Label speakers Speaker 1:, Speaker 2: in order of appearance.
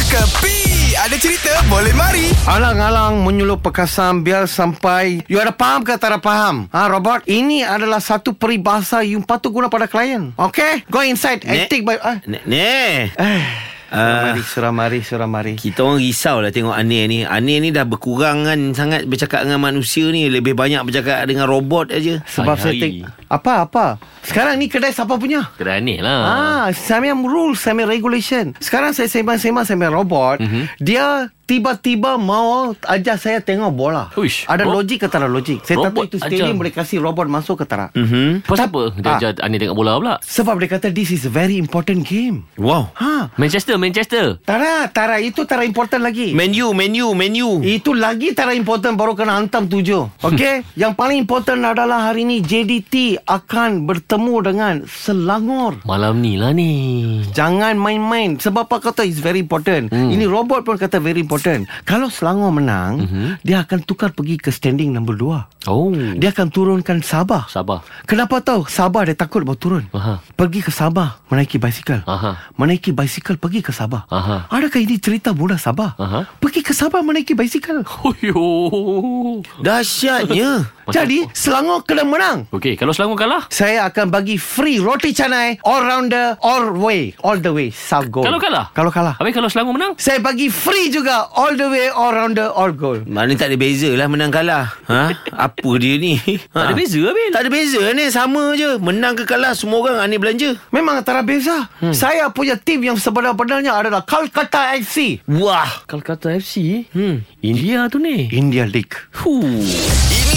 Speaker 1: Kepi Ada cerita boleh mari
Speaker 2: Alang-alang menyuluh perkasam biar sampai you ada faham ke tak ada faham? Ha Robert, ini adalah satu peribahasa you patut guna pada klien. Okay? Go inside and
Speaker 3: Nek.
Speaker 2: take by ah.
Speaker 3: Ni- Ni
Speaker 4: Ah.
Speaker 2: Suramari,
Speaker 3: uh,
Speaker 2: suramari, suramari.
Speaker 3: Kita orang risau lah tengok Anir ni Anir ni dah berkurang kan Sangat bercakap dengan manusia ni Lebih banyak bercakap dengan robot aja.
Speaker 2: Sebab saya
Speaker 4: Hari-hari.
Speaker 2: take Apa apa Sekarang ni kedai siapa punya
Speaker 4: Kedai ni lah
Speaker 2: Ah, saya memang rules, saya memang regulation. Sekarang saya sembang-sembang saya memang robot.
Speaker 4: Mhm.
Speaker 2: Mm-hmm. Dia tiba-tiba mau ajak saya tengok bola.
Speaker 4: Uish.
Speaker 2: Ada
Speaker 4: Ro-
Speaker 2: logik ke tak ada logik? Saya
Speaker 4: Robot
Speaker 2: robot tak tahu itu stadium
Speaker 4: ajar.
Speaker 2: boleh kasih robot masuk ke tak. Mm.
Speaker 3: Hmm?
Speaker 4: Pasal apa Dia
Speaker 2: Ah.
Speaker 4: ajar Ani tengok bola pula
Speaker 2: Sebab dia kata this is a very important game.
Speaker 3: Wow
Speaker 2: Ha,
Speaker 4: Manchester Manchester
Speaker 2: tara, tara itu tara important lagi.
Speaker 3: Menu, menu, menu
Speaker 2: Itu lagi tak ada important Baru kena hantam tujuh Okey Yang paling important adalah hari ini JDT akan bertemu dengan Selangor
Speaker 4: Malam ni lah ni
Speaker 2: Jangan main-main Sebab apa kata It's very important hmm. Ini robot pun kata Very important Kalau Selangor menang mm-hmm. Dia akan tukar pergi Ke standing number 2
Speaker 4: Oh
Speaker 2: Dia akan turunkan Sabah
Speaker 4: Sabar
Speaker 2: Kenapa tahu Sabah dia takut Bawa turun
Speaker 4: Aha.
Speaker 2: Pergi ke Sabah Menaiki basikal
Speaker 4: Aha.
Speaker 2: Menaiki basikal Pergi ke Sabah
Speaker 4: Aha.
Speaker 2: Adakah ini cerita Budak Sabah
Speaker 4: Aha.
Speaker 2: Pergi ke Sabah Menaiki basikal
Speaker 4: Huyuh
Speaker 3: Dahsyatnya
Speaker 4: Macam-
Speaker 2: Jadi Selangor kena menang
Speaker 4: Okey kalau Selangor kalah
Speaker 2: saya akan bagi free roti canai all rounder all way all the way south goal.
Speaker 4: Kalau kalah
Speaker 2: Kalau kalah.
Speaker 4: Habis kalau Selangor menang
Speaker 2: Saya bagi free juga all the way all rounder all goal.
Speaker 3: Mana tak ada beza lah menang kalah ha? Apa dia ni ha?
Speaker 4: Tak ada beza Bil
Speaker 3: Tak ada beza ni Sama je Menang ke kalah Semua orang aneh belanja
Speaker 2: Memang antara beza. Hmm. Saya punya tim yang sebenar-benarnya adalah Kolkata FC.
Speaker 3: Wah
Speaker 4: Kolkata FC hmm. India tu ni
Speaker 2: India League.
Speaker 4: Huh.
Speaker 1: Ini